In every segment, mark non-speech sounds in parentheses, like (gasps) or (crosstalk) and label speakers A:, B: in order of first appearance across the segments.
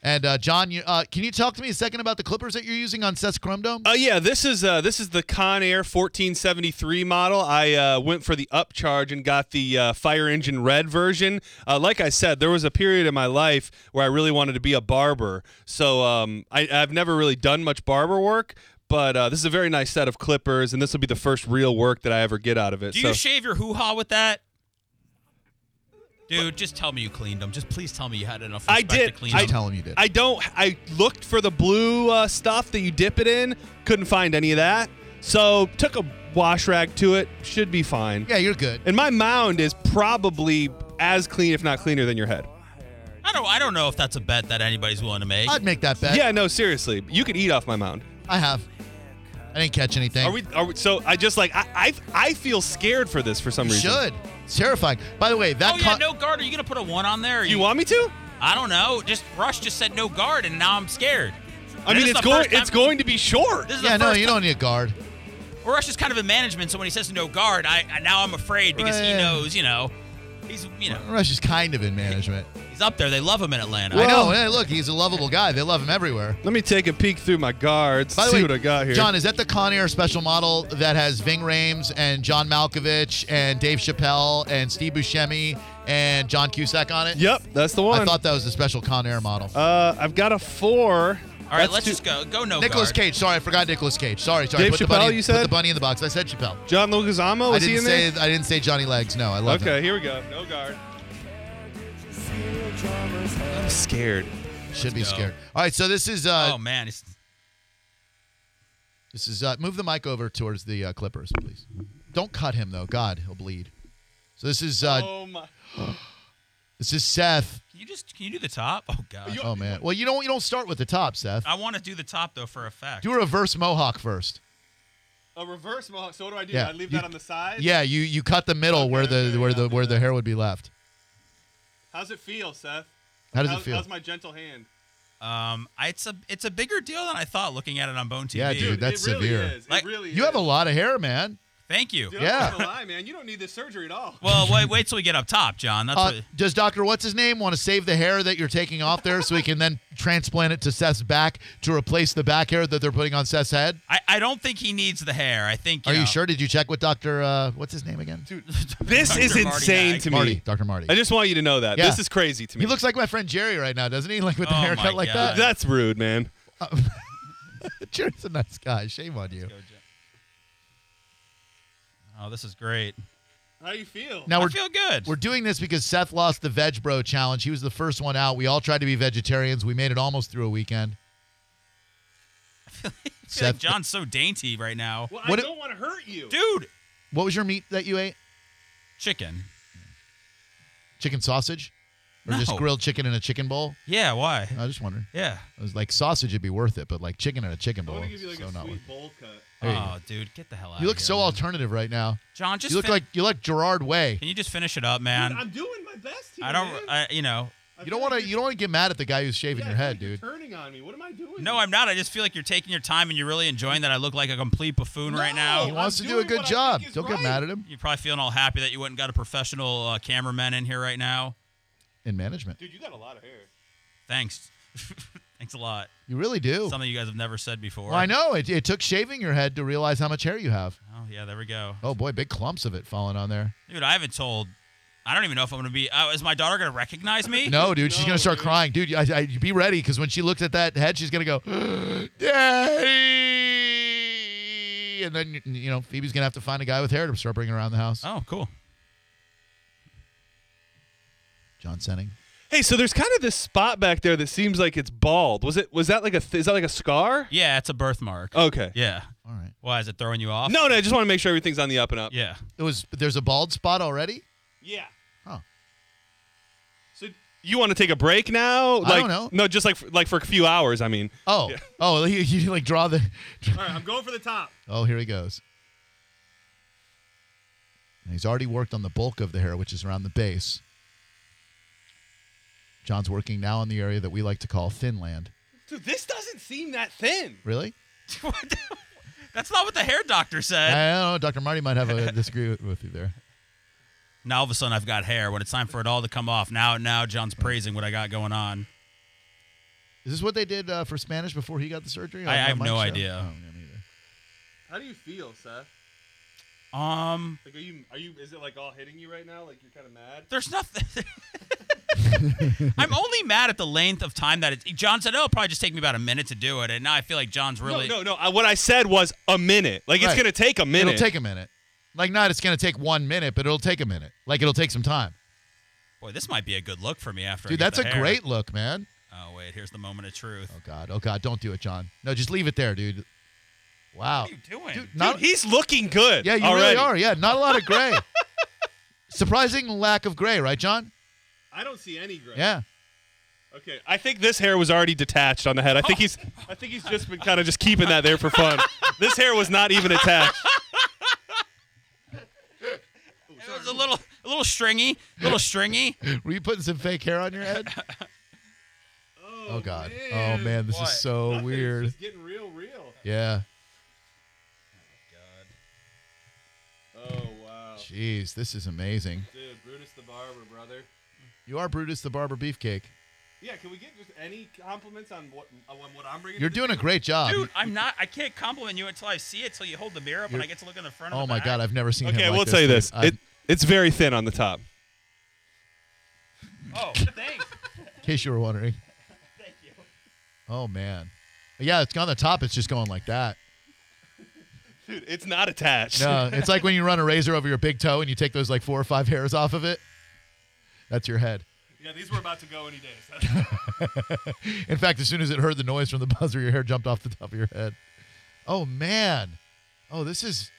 A: And uh, John, you, uh, can you talk to me a second about the clippers that you're using on Seth's Chrome Dome?
B: Uh, yeah, this is uh, this is the Conair 1473 model. I uh, went for the upcharge and got the uh, fire engine red version. Uh, like I said, there was a period in my life where I really wanted to be a barber, so um, I, I've never really done much barber work. But uh, this is a very nice set of clippers, and this will be the first real work that I ever get out of it.
C: Do
B: so.
C: you shave your hoo ha with that? Dude, just tell me you cleaned them. Just please tell me you had enough
B: I
C: respect
B: did.
C: to clean
B: I-
C: them.
A: Tell him you did.
B: I don't. I looked for the blue uh, stuff that you dip it in. Couldn't find any of that. So took a wash rag to it. Should be fine.
A: yeah, you're good.
B: And my mound is probably as clean, if not cleaner, than your head.
C: I don't. I don't know if that's a bet that anybody's willing to make.
B: Uh,
A: I'd make that bet.
B: Yeah. No. Seriously, you could eat off my mound.
A: I have. I didn't catch anything.
B: Are we? Are we? So I just like I I, I feel scared for this for some
A: You
B: reason.
A: should. It's terrifying. By the way, that
C: oh yeah,
A: con-
C: no guard. Are you gonna put a one on there? Are
B: You want me to?
C: I don't know. Just Rush just said no guard, and now I'm scared.
B: I
C: This
B: mean,
C: is
B: it's
C: the
B: going.
C: first time-
B: It's going to be short.
C: This is
A: yeah,
C: the
A: no,
C: first
A: you don't need a guard.
C: Well, Rush is kind of in management, so when he says no guard, I, I now I'm afraid because he
A: Right.
C: knows, you know, he's you know
A: Rush is kind of in management.
C: he's up there. They love him in Atlanta.
A: I know. Hey, look, he's a lovable guy. They love him everywhere.
B: Let me take a peek through my guards.
A: By the
B: see
A: way,
B: what I got here.
A: John, is that the Conair special model that has Ving Rames and John Malkovich and Dave Chappelle and Steve Buscemi and John Cusack on it?
B: Yep, that's the one.
A: I thought that was the special Conair model.
B: Uh, I've got a four.
C: All right,
B: That's
C: let's
B: too-
C: just go. Go no
A: Nicholas
C: guard.
A: Cage. Sorry, I forgot Nicholas Cage. Sorry, sorry.
B: Dave
A: put
B: Chappelle,
A: the bunny,
B: you
A: put
B: said?
A: the bunny in the box. I said Chappelle.
B: John Leguizamo.
A: I
B: Is he
A: didn't
B: in
A: say I didn't say Johnny Legs. No, I
B: there?
A: love
B: Okay, here we go. No guard. I'm scared.
A: him. Should be
C: Let's go.
A: scared. All right, so this is uh,
C: Oh
B: Um,
C: man, he's,
A: This is uh, move the mic over towards the uh, Clippers, please. Don't cut him though. God, he'll bleed. So this is uh,
B: oh my.
A: this is Seth.
C: can you just can you do the top? Oh god,
A: Oh man. Well, you don't you don't start with the top, Seth.
C: I want to do the top though for effect.
A: Do a reverse mohawk first.
B: A reverse mohawk. So what do I do?
A: Yeah,
B: I leave
A: you-
B: that on the side.
A: Yeah, you you cut the middle where the where the where the hair would be left.
B: How's it feel, Seth?
A: How does
B: How's-
A: it feel?
B: How's my gentle hand?
C: Um, I, it's a it's a bigger deal than I thought looking at it on Bone TV.
A: Yeah, dude, that's
B: it really
A: severe.
B: Is. It
C: Like-
B: really
A: You have a lot of hair, man.
C: Thank you.
B: Dude,
A: yeah.
B: I'm not gonna lie, man. You don't need this surgery at all.
C: Well, wait wait till we get up top, John. That's
A: Uh,
C: what,
A: does Doctor What's His Name want to save the hair that you're taking off there so he can then transplant it to Seth's back to replace the back hair that they're putting on Seth's head?
C: I, I don't think he needs the hair. I think.
A: Are you
C: know-
A: sure? Did you check with Doctor uh, What's His Name again?
B: Dude, this
C: Dr.
B: is
C: Marty
B: insane
C: Mag.
B: to me.
A: Marty, Dr. Marty.
B: I just want you to know that.
A: Yeah.
B: This is crazy to me.
A: He looks like my friend Jerry right now, doesn't he? Like with the
C: Oh, my
A: haircut like
C: God.
A: that.
B: That's rude, man.
A: (laughs) Jerry's a nice guy. Shame on you.
C: Oh, this is great.
B: How you feel?
A: Now
C: I
A: we're
C: feel good.
A: we're doing this because Seth lost the Veg Bro challenge. He was the first one out. We all tried to be vegetarians. We made it almost through a weekend.
C: I feel like
A: Seth-
C: John's so dainty right now,
B: well,
A: what
B: I
A: it-
B: don't want to hurt you.
C: dude.
A: What was your meat that you ate?
C: Chicken.
A: Chicken sausage, or just
C: No.
A: grilled chicken in a chicken bowl?
C: Yeah. Why?
A: I was just wondering.
C: Yeah.
A: I was like sausage would be worth it, but like chicken in a chicken
B: I
A: bowl,
B: want to give you like
A: Oh, so
B: a
A: not worth.
B: sweet
A: it.
B: bowl cut.
A: There you go.
C: oh, dude, get the hell out.
A: You look
C: of here,
A: so
C: man.
A: alternative right now.
C: John, just
A: you look
C: fin-
A: like you look Gerard Way.
C: Can you just finish it up, man?
B: Dude, I'm doing my best here.
C: I
B: man.
C: don't. I, you know.
A: You don't want to you don't want to get mad at the guy who's shaving your head, dude.
B: Turning on me. What am I doing?
C: No, I'm not. I just feel like you're taking your time and you're really enjoying that. I look like a complete buffoon right
A: He
B: I'm
C: now.
A: wants to do a
B: doing
A: good
B: what I
A: job.
B: think is
A: Don't get
B: right.
A: mad at him.
C: You're probably feeling all happy that you went and got a professional uh, cameraman in here right now.
A: In management,
B: Dude, you got a lot of hair.
C: Thanks. (laughs) Thanks a lot.
A: you really do.
C: Something you guys have never said before.
A: Well, I know it, it took shaving your head to realize how much hair you have.
C: Oh yeah, there we go,
A: Oh boy, big clumps of it falling on
C: (laughs)
A: there.
C: dude. I haven't told. I don't even know if I'm gonna be. Oh, is my daughter gonna recognize me?
A: No, dude, she's
B: No,
A: gonna start
B: dude.
A: crying, dude. I, I, be ready, because when she looks at that head, she's gonna go, (gasps) "Daddy," and then you know Phoebe's gonna have to find a guy with hair to start bringing around the house.
C: Oh, cool.
A: John Senning.
B: Hey, so there's kind of this spot back there that seems like it's bald. Was it? Was that like a? Th- is that like a scar?
C: Yeah, it's a birthmark.
B: Okay.
C: Yeah.
A: All right,
C: Why is it throwing you off?
B: No, no. I just want to make sure everything's on the up and up.
C: Yeah. (laughs)
A: it was. There's a bald spot already.
B: Yeah.
A: Huh.
B: So you want to take a break now? Like,
A: don't know.
B: No, just like for, like for a few hours. I mean.
A: Oh, oh, you, you like draw the.
B: All right, I'm going for the top.
A: Oh, here he goes. And he's already worked on the bulk of the hair, which is around the base. John's working now on the area that we like to call Finland.
B: Dude, this doesn't seem that thin.
A: Really?
C: What the- (laughs) That's not what the hair doctor
A: I
C: said.
A: don't know. Dr. Marty might have a (laughs) disagree with- with you there.
C: Now all of a sudden I've got hair. When it's time for it all to come off, now now John's praising what I got going on.
A: Is this what they did uh, for Spanish before he got the surgery? Oh,
C: I- I
A: not
C: have
A: much
C: no
A: of-
C: idea.
A: I don't know either.
B: How do you feel, Seth?
C: Um,
B: Like, are you are you? Is it like all hitting you right now? Like you're kind of mad.
C: there's nothing. (laughs) I'm only mad at the length of time that it. John said, "Oh, it'll probably just take me about a minute to do it," and now I feel like John's really.
B: No, no, no. I, what I said was a minute. Like
A: Right.
B: it's gonna take a minute.
A: It'll take a minute. Like, not it's going to take one minute, but it'll take a minute. Like, it'll take some time.
C: Boy, this might be a good look for me after. I
A: Dude,
C: get
A: that's
C: the
A: a
C: hair.
A: great look, man.
C: Oh wait, here's the moment of truth.
A: Oh, God. Oh, God. Don't do it, John. No, just leave it there, dude. Wow.
C: What are you doing?
A: Dude,
B: Dude,
A: not,
B: he's looking good.
A: Yeah, you
B: already.
A: really are. Yeah, not a lot of gray. Surprising lack of gray, right, John?
B: I don't see any gray.
A: Yeah. (laughs)
B: Okay. I think this hair was already detached on the head. I think he's. I think he's just been kind of just keeping that there for fun. this hair was not even attached.
C: it was a little, a little stringy, a little stringy.
A: Were you putting some fake hair on your head? Oh, God. Oh man, this is
C: What?
A: so weird.
B: getting real, real.
A: Yeah.
B: Oh wow,
A: Jeez, this is amazing.
B: dude, Brutus the barber, brother.
A: You are Brutus the Barber Beefcake.
B: Yeah, can we get just any compliments on what on what I'm bringing?
A: You're doing a great job.
C: Dude, I'm not. I can't compliment you until I see it. Till you hold the mirror up and I get to look in the front.
A: oh
C: and the
A: my God,
C: back.
A: I've never seen him.
B: Okay,
A: like
B: we'll tell you
A: dude.
B: this.
A: I-
B: It, it's very thin on the top.
C: (laughs) Oh, thanks.
A: in case you were wondering.
C: Thank you.
A: Oh man. Yeah, it's on the top. It's just going like that.
B: Dude, it's not attached.
A: (laughs) No, it's like when you run a razor over your big toe and you take those like four or five hairs off of it. That's your head.
B: Yeah, these were about to go any day.
C: (laughs)
A: In fact, as soon as it heard the noise from the (laughs) buzzer, your hair jumped off the top of your head. Oh man. Oh, this is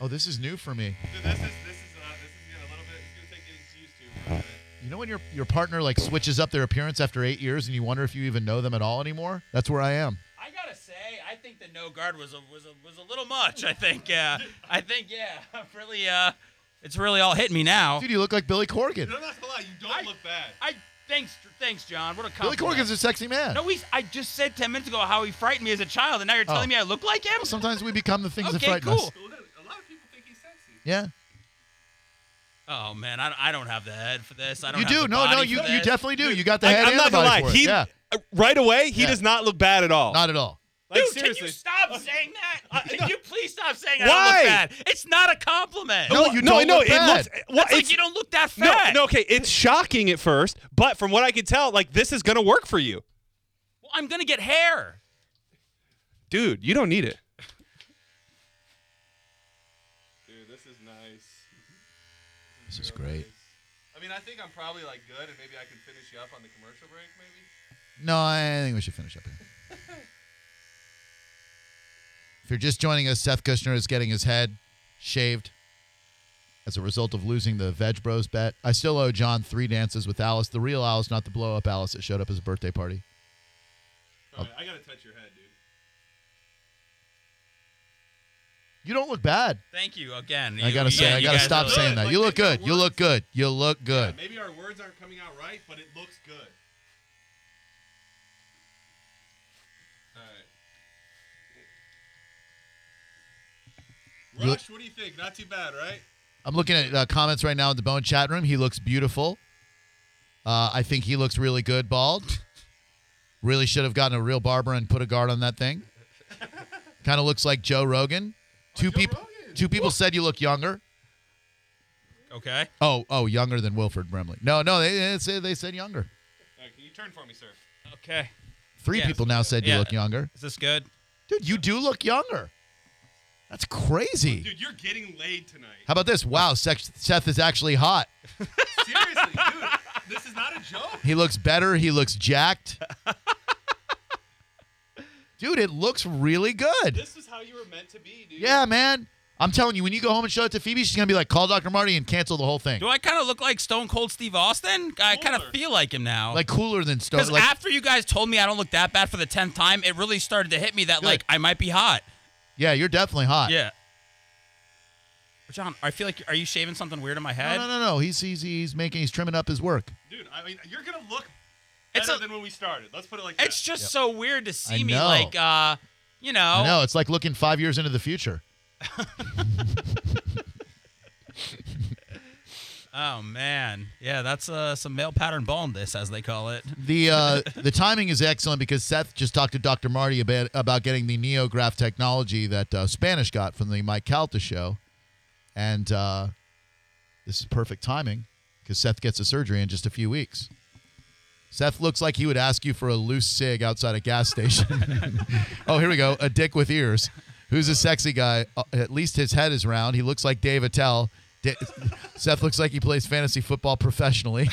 A: oh, this is new for me.
B: Dude, this is this is uh, this is gonna a little bit. It's gonna take getting used to. For a bit.
A: You know when your your partner like switches up their appearance after eight years and you wonder if you even know them at all anymore? That's where I am.
C: I gotta say, I think the no guard was a was a was a little much. I think. Uh, I think. Yeah. (laughs) I'm really. Uh, it's really all hitting me now.
A: Dude, you look like Billy Corgan.
B: I'm not gonna lie, you don't
C: I-
B: look bad.
C: I thanks thanks John. What a
A: Billy
C: compliment.
A: Corgan's a sexy man.
C: no, he's. I just said ten minutes ago how he frightened me as a child, and now you're telling me I look like him.
A: Sometimes we become the Oh. things that
C: okay,
A: frighten
C: cool.
A: us.
B: A lot of people think he's sexy.
A: Yeah.
C: Oh man, I, I don't have the head for this. I don't.
A: You
C: have
A: do.
C: the
A: No, no,
C: body
A: you,
C: for
A: you
C: this.
A: definitely do. You got the
B: I,
A: head
B: am
A: and
B: not
A: the
B: gonna
A: body
B: lie.
A: for it.
B: He Oh.
A: yeah.
B: uh, right away he
A: Yeah.
B: does not look bad at all.
A: Not at all.
B: like
C: Dude,
B: seriously.
C: can you stop saying that? Can you please stop saying I
B: Why?
C: don't look bad? It's not a compliment.
A: No,
B: Well,
A: you
B: no,
A: don't
B: no,
A: look
B: it
A: bad.
B: looks. Well,
C: It's like
B: it's-
C: you don't look that
B: no,
C: fat.
B: no, okay. It's shocking at first, but from what I can tell, like this is gonna work for you,
C: Well, I'm gonna get hair.
B: dude. You don't need it.
D: Dude, this is nice.
A: This is great.
D: I mean, I think I'm probably like good, and maybe I can finish you up on the commercial break, maybe.
A: No, I think we should finish up here. (laughs) if you're just joining us, Seth Kushner is getting his head shaved as a result of losing the Veg Bros bet. I still owe John three dances with Alice, the real Alice, not the blow up Alice that showed up at his birthday party.
D: I gotta touch your head, dude.
A: You don't look bad.
C: Thank you again.
A: I
C: You-
A: gotta say,
C: yeah,
A: I
C: you
A: gotta
C: guys
A: stop
C: really-
A: saying that.
D: Like,
A: You
D: they
A: look
D: got
A: good. You look good. You look good.
D: Maybe our words aren't coming out right, but it looks good. All right.
A: You-
D: Rush, what do you think? Not too bad, right?
A: I'm looking at uh, comments right now in the Bone chat room. He looks beautiful. Uh, I think he looks really good bald. Really should have gotten a real barber and put a guard on that thing. kind of looks like Joe Rogan. Two people.
D: Rogan.
A: Two people said you look younger.
C: Okay.
A: Oh, oh, younger than Wilford Brimley. No, no, they, they said they said younger.
D: All right, can you turn for me, sir?
C: Okay.
A: Three
C: Yeah.
A: people now said you
C: Yeah.
A: look younger.
C: Is this good?
A: Dude, you do look younger. That's crazy.
D: Dude, you're getting laid tonight.
A: How about this? Wow, Seth Seth is actually hot.
D: Seriously, dude. (laughs) This is not a joke.
A: He looks better. He looks jacked. Dude, it looks really good.
D: This is how you were meant to be, dude.
A: Yeah, man. I'm telling you, when you go home and show it to Phoebe, she's gonna be like, "Call Dr. Marty and cancel the whole thing."
C: Do I kind of look like Stone Cold Steve Austin? I kind of feel like him now.
A: like cooler than Stone.
C: because
A: Like
C: after you guys told me I don't look that bad for the tenth time, it really started to hit me that
A: Good. Uh,
C: like I might be hot.
A: yeah, you're definitely hot.
C: Yeah. John, I feel like are you shaving something weird in my
A: No,
C: head?
A: no, no, no. He's he's he's making he's trimming up his work.
D: Dude, I mean, you're gonna look
C: It's
D: better
C: a-
D: than when we started. Let's put it like that.
C: It's just so weird to see
A: I
C: me
A: know.
C: like uh, you know.
A: I know. It's like looking five years into the future.
C: Oh man, yeah, that's uh, some male pattern baldness as they call it.
A: The uh, the timing is excellent because Seth just talked to Dr. Marty about about getting the NeoGraph technology that uh, Spanish got from the Mike Calta show, and uh, this is perfect timing because Seth gets a surgery in just a few weeks. Seth looks like he would ask you for a loose cig outside a gas station. (laughs) oh, here we go. A dick with ears. Who's a sexy guy? Uh, at least his head is round. He looks like Dave Attell. Da- (laughs) Seth looks like he plays fantasy football professionally.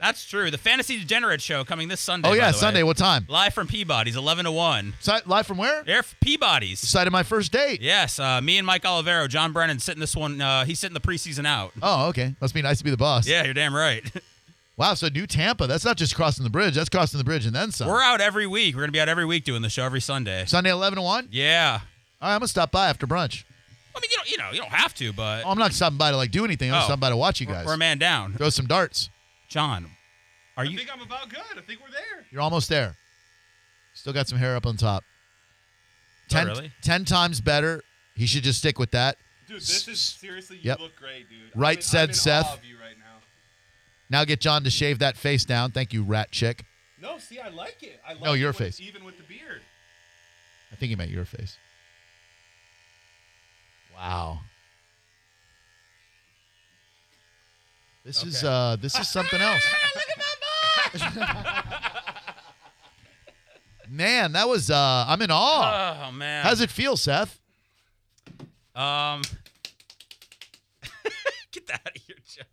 C: That's true. The Fantasy Degenerate show coming this Sunday.
A: oh,
C: by
A: yeah.
C: the way.
A: Sunday. What time?
C: Live from Peabody's, eleven to one.
A: Si- live from where?
C: Air Peabody's.
A: Side of my first date.
C: Yes, uh, me and Mike Olivero, John Brennan sitting this one. Uh, he's sitting the preseason out.
A: Oh, okay. Must be nice to be the boss.
C: Yeah, you're damn right. (laughs)
A: Wow. So New Tampa. That's not just crossing the bridge. That's crossing the bridge and then some.
C: We're out every week. We're gonna be out every week doing the show every Sunday.
A: Sunday, eleven to one.
C: Yeah.
A: All right, I'm gonna stop by after brunch.
C: I mean, you don't, you know, you don't have to, but
A: Oh, I'm not stopping by to like do anything. I'm
C: Oh.
A: just stopping by to watch you
C: we're-
A: guys.
C: we're a man down.
A: Throw some darts.
C: John, are
D: I
C: you?
D: think I'm about good. I think we're there.
A: You're almost there. Still got some hair up on top.
C: Oh,
A: Ten,
C: really?
A: ten times better. He should just stick with that.
D: Dude, this is seriously. You
A: Yep.
D: look great, dude.
A: Right
D: I'm in,
A: said
D: I'm in
A: Seth.
D: Awe of you right now.
A: Now get John to shave that face down. Thank you, rat chick.
D: No, see, I like it. I like
A: No,
D: it
A: your
D: when
A: face.
D: it's Even with the beard.
A: I think he meant your face. Wow. This is
C: Okay.
A: uh this is something
C: (laughs)
A: else. Look at my (laughs) Man, that was uh I'm in awe.
C: Oh man.
A: How's it feel, Seth?
C: Um. (laughs) Get that out of here, John.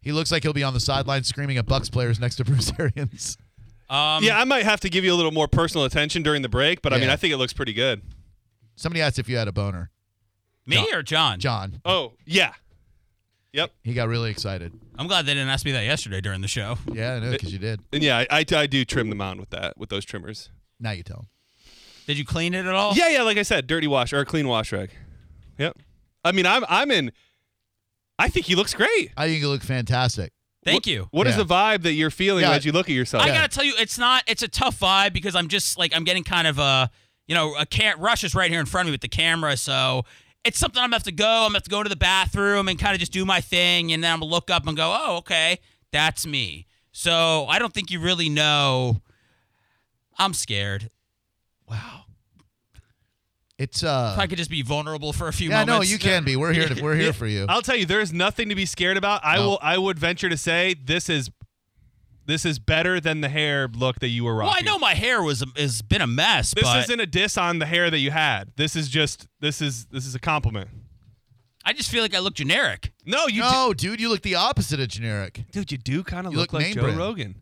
A: He looks like he'll be on the sideline screaming at Bucks players next to Bruce Arians.
C: Um,
B: yeah, I might have to give you a little more personal attention during the break, but I mean,
A: Yeah.
B: I think it looks pretty good.
A: Somebody asked if you had a boner.
C: me or John?
A: John.
B: Oh, yeah. Yep.
A: He got really excited.
C: I'm glad they didn't ask me that yesterday during the show.
A: Yeah, I know, because you did.
B: And yeah, I, I, I do trim them on with that, with those trimmers.
A: Now you tell him.
C: Did you clean it at all?
B: Yeah, yeah, like I said, dirty wash or clean wash rag. Yep. I mean, I'm I'm in. I think he looks great.
A: I think you look fantastic.
C: Thank
B: Wh-
C: you.
B: What is
A: Yeah.
B: the vibe that you're feeling
A: Yeah.
B: as you look at yourself?
C: I gotta tell you, it's not. It's a tough vibe because I'm just like I'm getting kind of uh you know a can Rush is right here in front of me with the camera, so it's something I'm gonna have to go. I'm gonna have to go to the bathroom and kind of just do my thing, and then I'm gonna look up and go, oh okay, that's me. So I don't think you really know. I'm scared.
A: It's
C: If I
A: uh
C: could just be vulnerable for a few
A: Yeah, no,
C: moments.
A: you can be. We're here to, we're here for you.
B: I'll tell you, there is nothing to be scared about. I
A: No.
B: will. I would venture to say this is, this is better than the hair look that you were rocking.
C: Well, I know my hair was has been a mess.
B: This
C: but
B: isn't a diss on the hair that you had. This is just. This is. This is a compliment.
C: I just feel like I look generic.
B: No, you.
A: No, dude, you look the opposite of generic.
B: do- dude, you do kind of
A: You
B: look,
A: look
B: like
A: name
B: Joe
A: brand.
B: Rogan.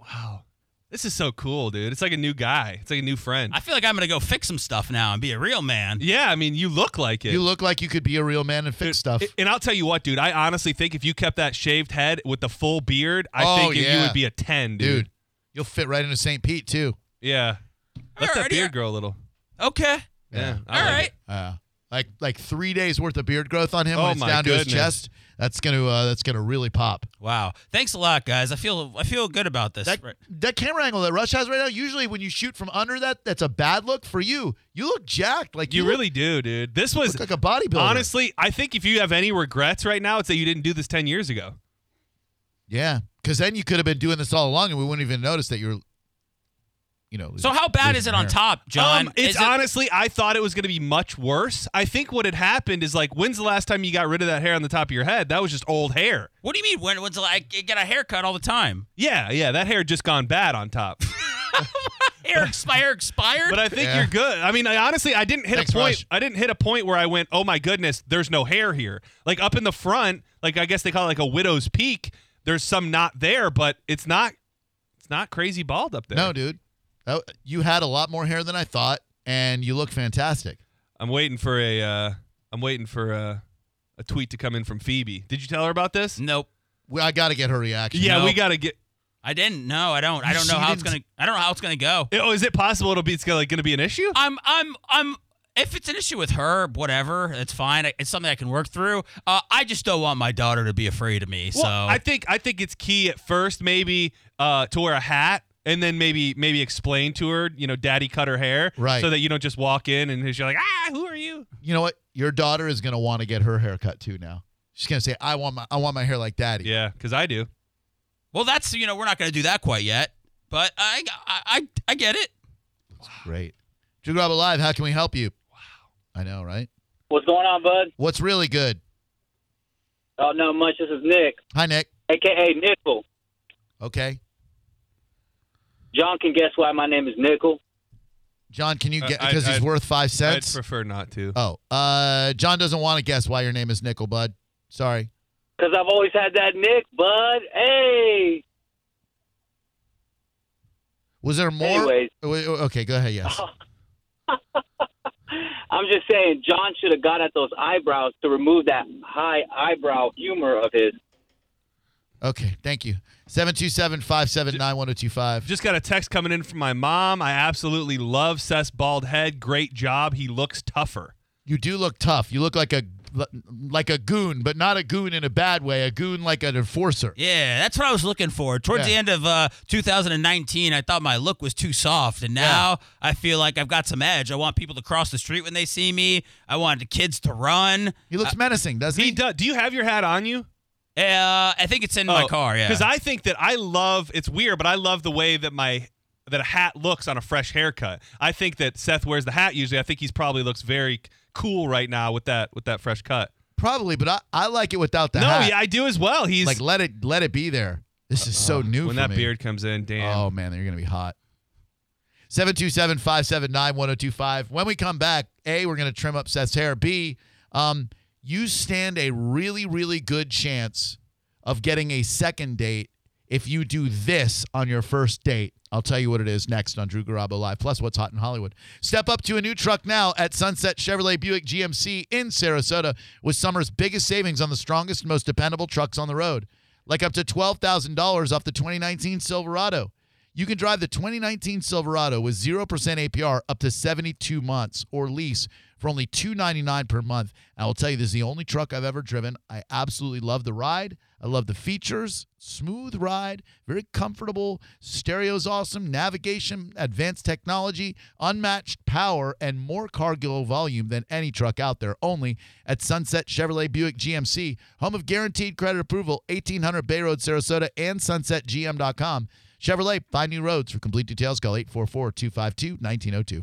B: Wow, this is so cool, dude. It's like a new guy. It's like a new friend.
C: I feel like I'm gonna go fix some stuff now and be a real man.
B: yeah, I mean, you look like it.
A: You look like you could be a real man and fix
B: Dude,
A: stuff.
B: a- And I'll tell you what, dude. I honestly think if you kept that shaved head with the full beard, I
A: Oh,
B: think you
A: yeah.
B: would be a ten, dude.
A: dude, you'll fit right into St. Pete, too.
B: Yeah. Let that
C: Alrighty.
B: beard grow a little.
C: Okay.
B: Yeah.
C: All right.
A: Uh, like like three days worth of beard growth on him
B: Oh,
A: when it's
B: my
A: down to his
B: goodness.
A: chest. That's gonna uh, that's gonna really pop.
C: Wow. Thanks a lot, guys. I feel I feel good about this.
A: That
C: Right.
A: that camera angle that Rush has right now. Usually when you shoot from under that, that's a bad look for you. You look jacked. Like
B: You
A: look-
B: really do, dude. This was
A: look like a bodybuilder.
B: honestly, I think if you have any regrets right now, it's that you didn't do this ten years ago.
A: yeah. Because then you could have been doing this all along, and we wouldn't even notice that you're. You know.
C: So how bad is it on
A: top?
C: top, John?
B: um, it's
C: Is it-
B: honestly, I thought it was going to be much worse. I think what had happened is like, when's the last time you got rid of that hair on the top of your head? That was just old hair.
C: What do you mean? When when's the- I get a haircut all the time?
B: Yeah, yeah, that hair had just gone bad on top.
C: Hair expired. Expired.
B: But I think
A: Yeah.
B: you're good. I mean, I honestly, I didn't hit
A: Thanks,
B: a point.
A: Raj.
B: I didn't hit a point where I went, "Oh my goodness, there's no hair here." Like up in the front, like I guess they call it like a widow's peak. There's some not there, but it's not. It's It's not crazy bald up there.
A: No, dude. Oh, you had a lot more hair than I thought, and you look fantastic.
B: I'm waiting for a. Uh, I'm waiting for a, a tweet to come in from Phoebe. Did you tell her about this?
C: Nope.
A: We, I got to get her reaction.
B: Yeah,
A: No.
B: we gotta get.
C: I didn't. No, I don't. I don't know
A: She
C: how it's gonna.
A: didn't-
C: I don't know how it's gonna go.
B: Oh, is it possible it'll be it's gonna, like, gonna be an issue?
C: I'm. I'm. I'm. If it's an issue with her, whatever, it's fine. It's something I can work through. Uh, I just don't want my daughter to be afraid of me.
B: Well,
C: so
B: I think I think it's key at first, maybe uh, to wear a hat, and then maybe maybe explain to her, you know, Daddy cut her hair,
A: Right.
B: So that you don't just walk in and she's like, ah, who are you?
A: You know what? Your daughter is gonna want to get her hair cut too now. She's gonna say, "I want my I want my hair like daddy."
B: Yeah, because I do.
C: Well, that's you know we're not going to do that quite yet, but I I I, I get it.
A: Great. Drew Grab Live, how can we help you? Wow. I know, right?
E: What's going on, bud?
A: What's really good?
E: Oh, not much. This is Nick,
A: Hi, Nick.
E: aka Nickel.
A: Okay.
E: John can guess why my name is Nickel.
A: John, can you
B: Uh,
A: get
B: I-
A: because he's
B: I'd-
A: worth five
B: I'd
A: cents?
B: prefer not to.
A: oh, uh, John doesn't want to guess why your name is Nickel, bud. Sorry.
E: Because I've always had that Nick, bud. Hey!
A: Was there more?
E: Anyways.
A: Wait, wait, Okay, go ahead. Yes.
E: I'm just saying, John should have got at those eyebrows to remove that high eyebrow humor of his.
A: Okay, thank you. 727 579 1025.
B: Just got a text coming in from my mom. I absolutely love Seth's bald head. Great job. He looks tougher.
A: You do look tough. You look like a like a goon, but not a goon in a bad way, a goon like an enforcer.
C: Yeah, that's what I was looking for. Towards
A: Yeah.
C: the end of uh, 2019, I thought my look was too soft, and now I feel like I've got some edge. I want people to cross the street when they see me. I want the kids to run.
A: He looks menacing, doesn't he?
B: He does. Do you have your hat on you?
C: Uh, I think it's in my car. Yeah,
B: Because Oh, I think that I love. It's weird, but I love the way that my that a hat looks on a fresh haircut. I think that Seth wears the hat usually. I think he's probably looks very cool right now with that with that fresh cut.
A: Probably, but I, I like it without the
B: no,
A: hat.
B: yeah, I do as well. He's
A: like let it let it be there. This is so new
B: when
A: for
B: that
A: me.
B: beard comes in, damn.
A: Oh man, you're gonna be hot. 727-579-1025. When we come back, A, we're gonna trim up Seth's hair. B, um, you stand a really, really good chance of getting a second date if you do this on your first date. I'll tell you what it is next on Drew Garabo Live, plus what's hot in Hollywood. Step up to a new truck now at Sunset Chevrolet Buick GMC in Sarasota with summer's biggest savings on the strongest, most dependable trucks on the road, like up to $12,000 off the 2019 Silverado. You can drive the 2019 Silverado with 0% APR up to 72 months or lease for only $299 per month. I will tell you, this is the only truck I've ever driven. I absolutely love the ride. I love the features. Smooth ride, very comfortable. Stereo's awesome. Navigation, advanced technology, unmatched power, and more cargo volume than any truck out there. Only at Sunset Chevrolet Buick GMC, home of guaranteed credit approval, 1800 Bay Road, Sarasota, and sunsetgm.com. Chevrolet, find new roads. For complete details, call 844 252 1902.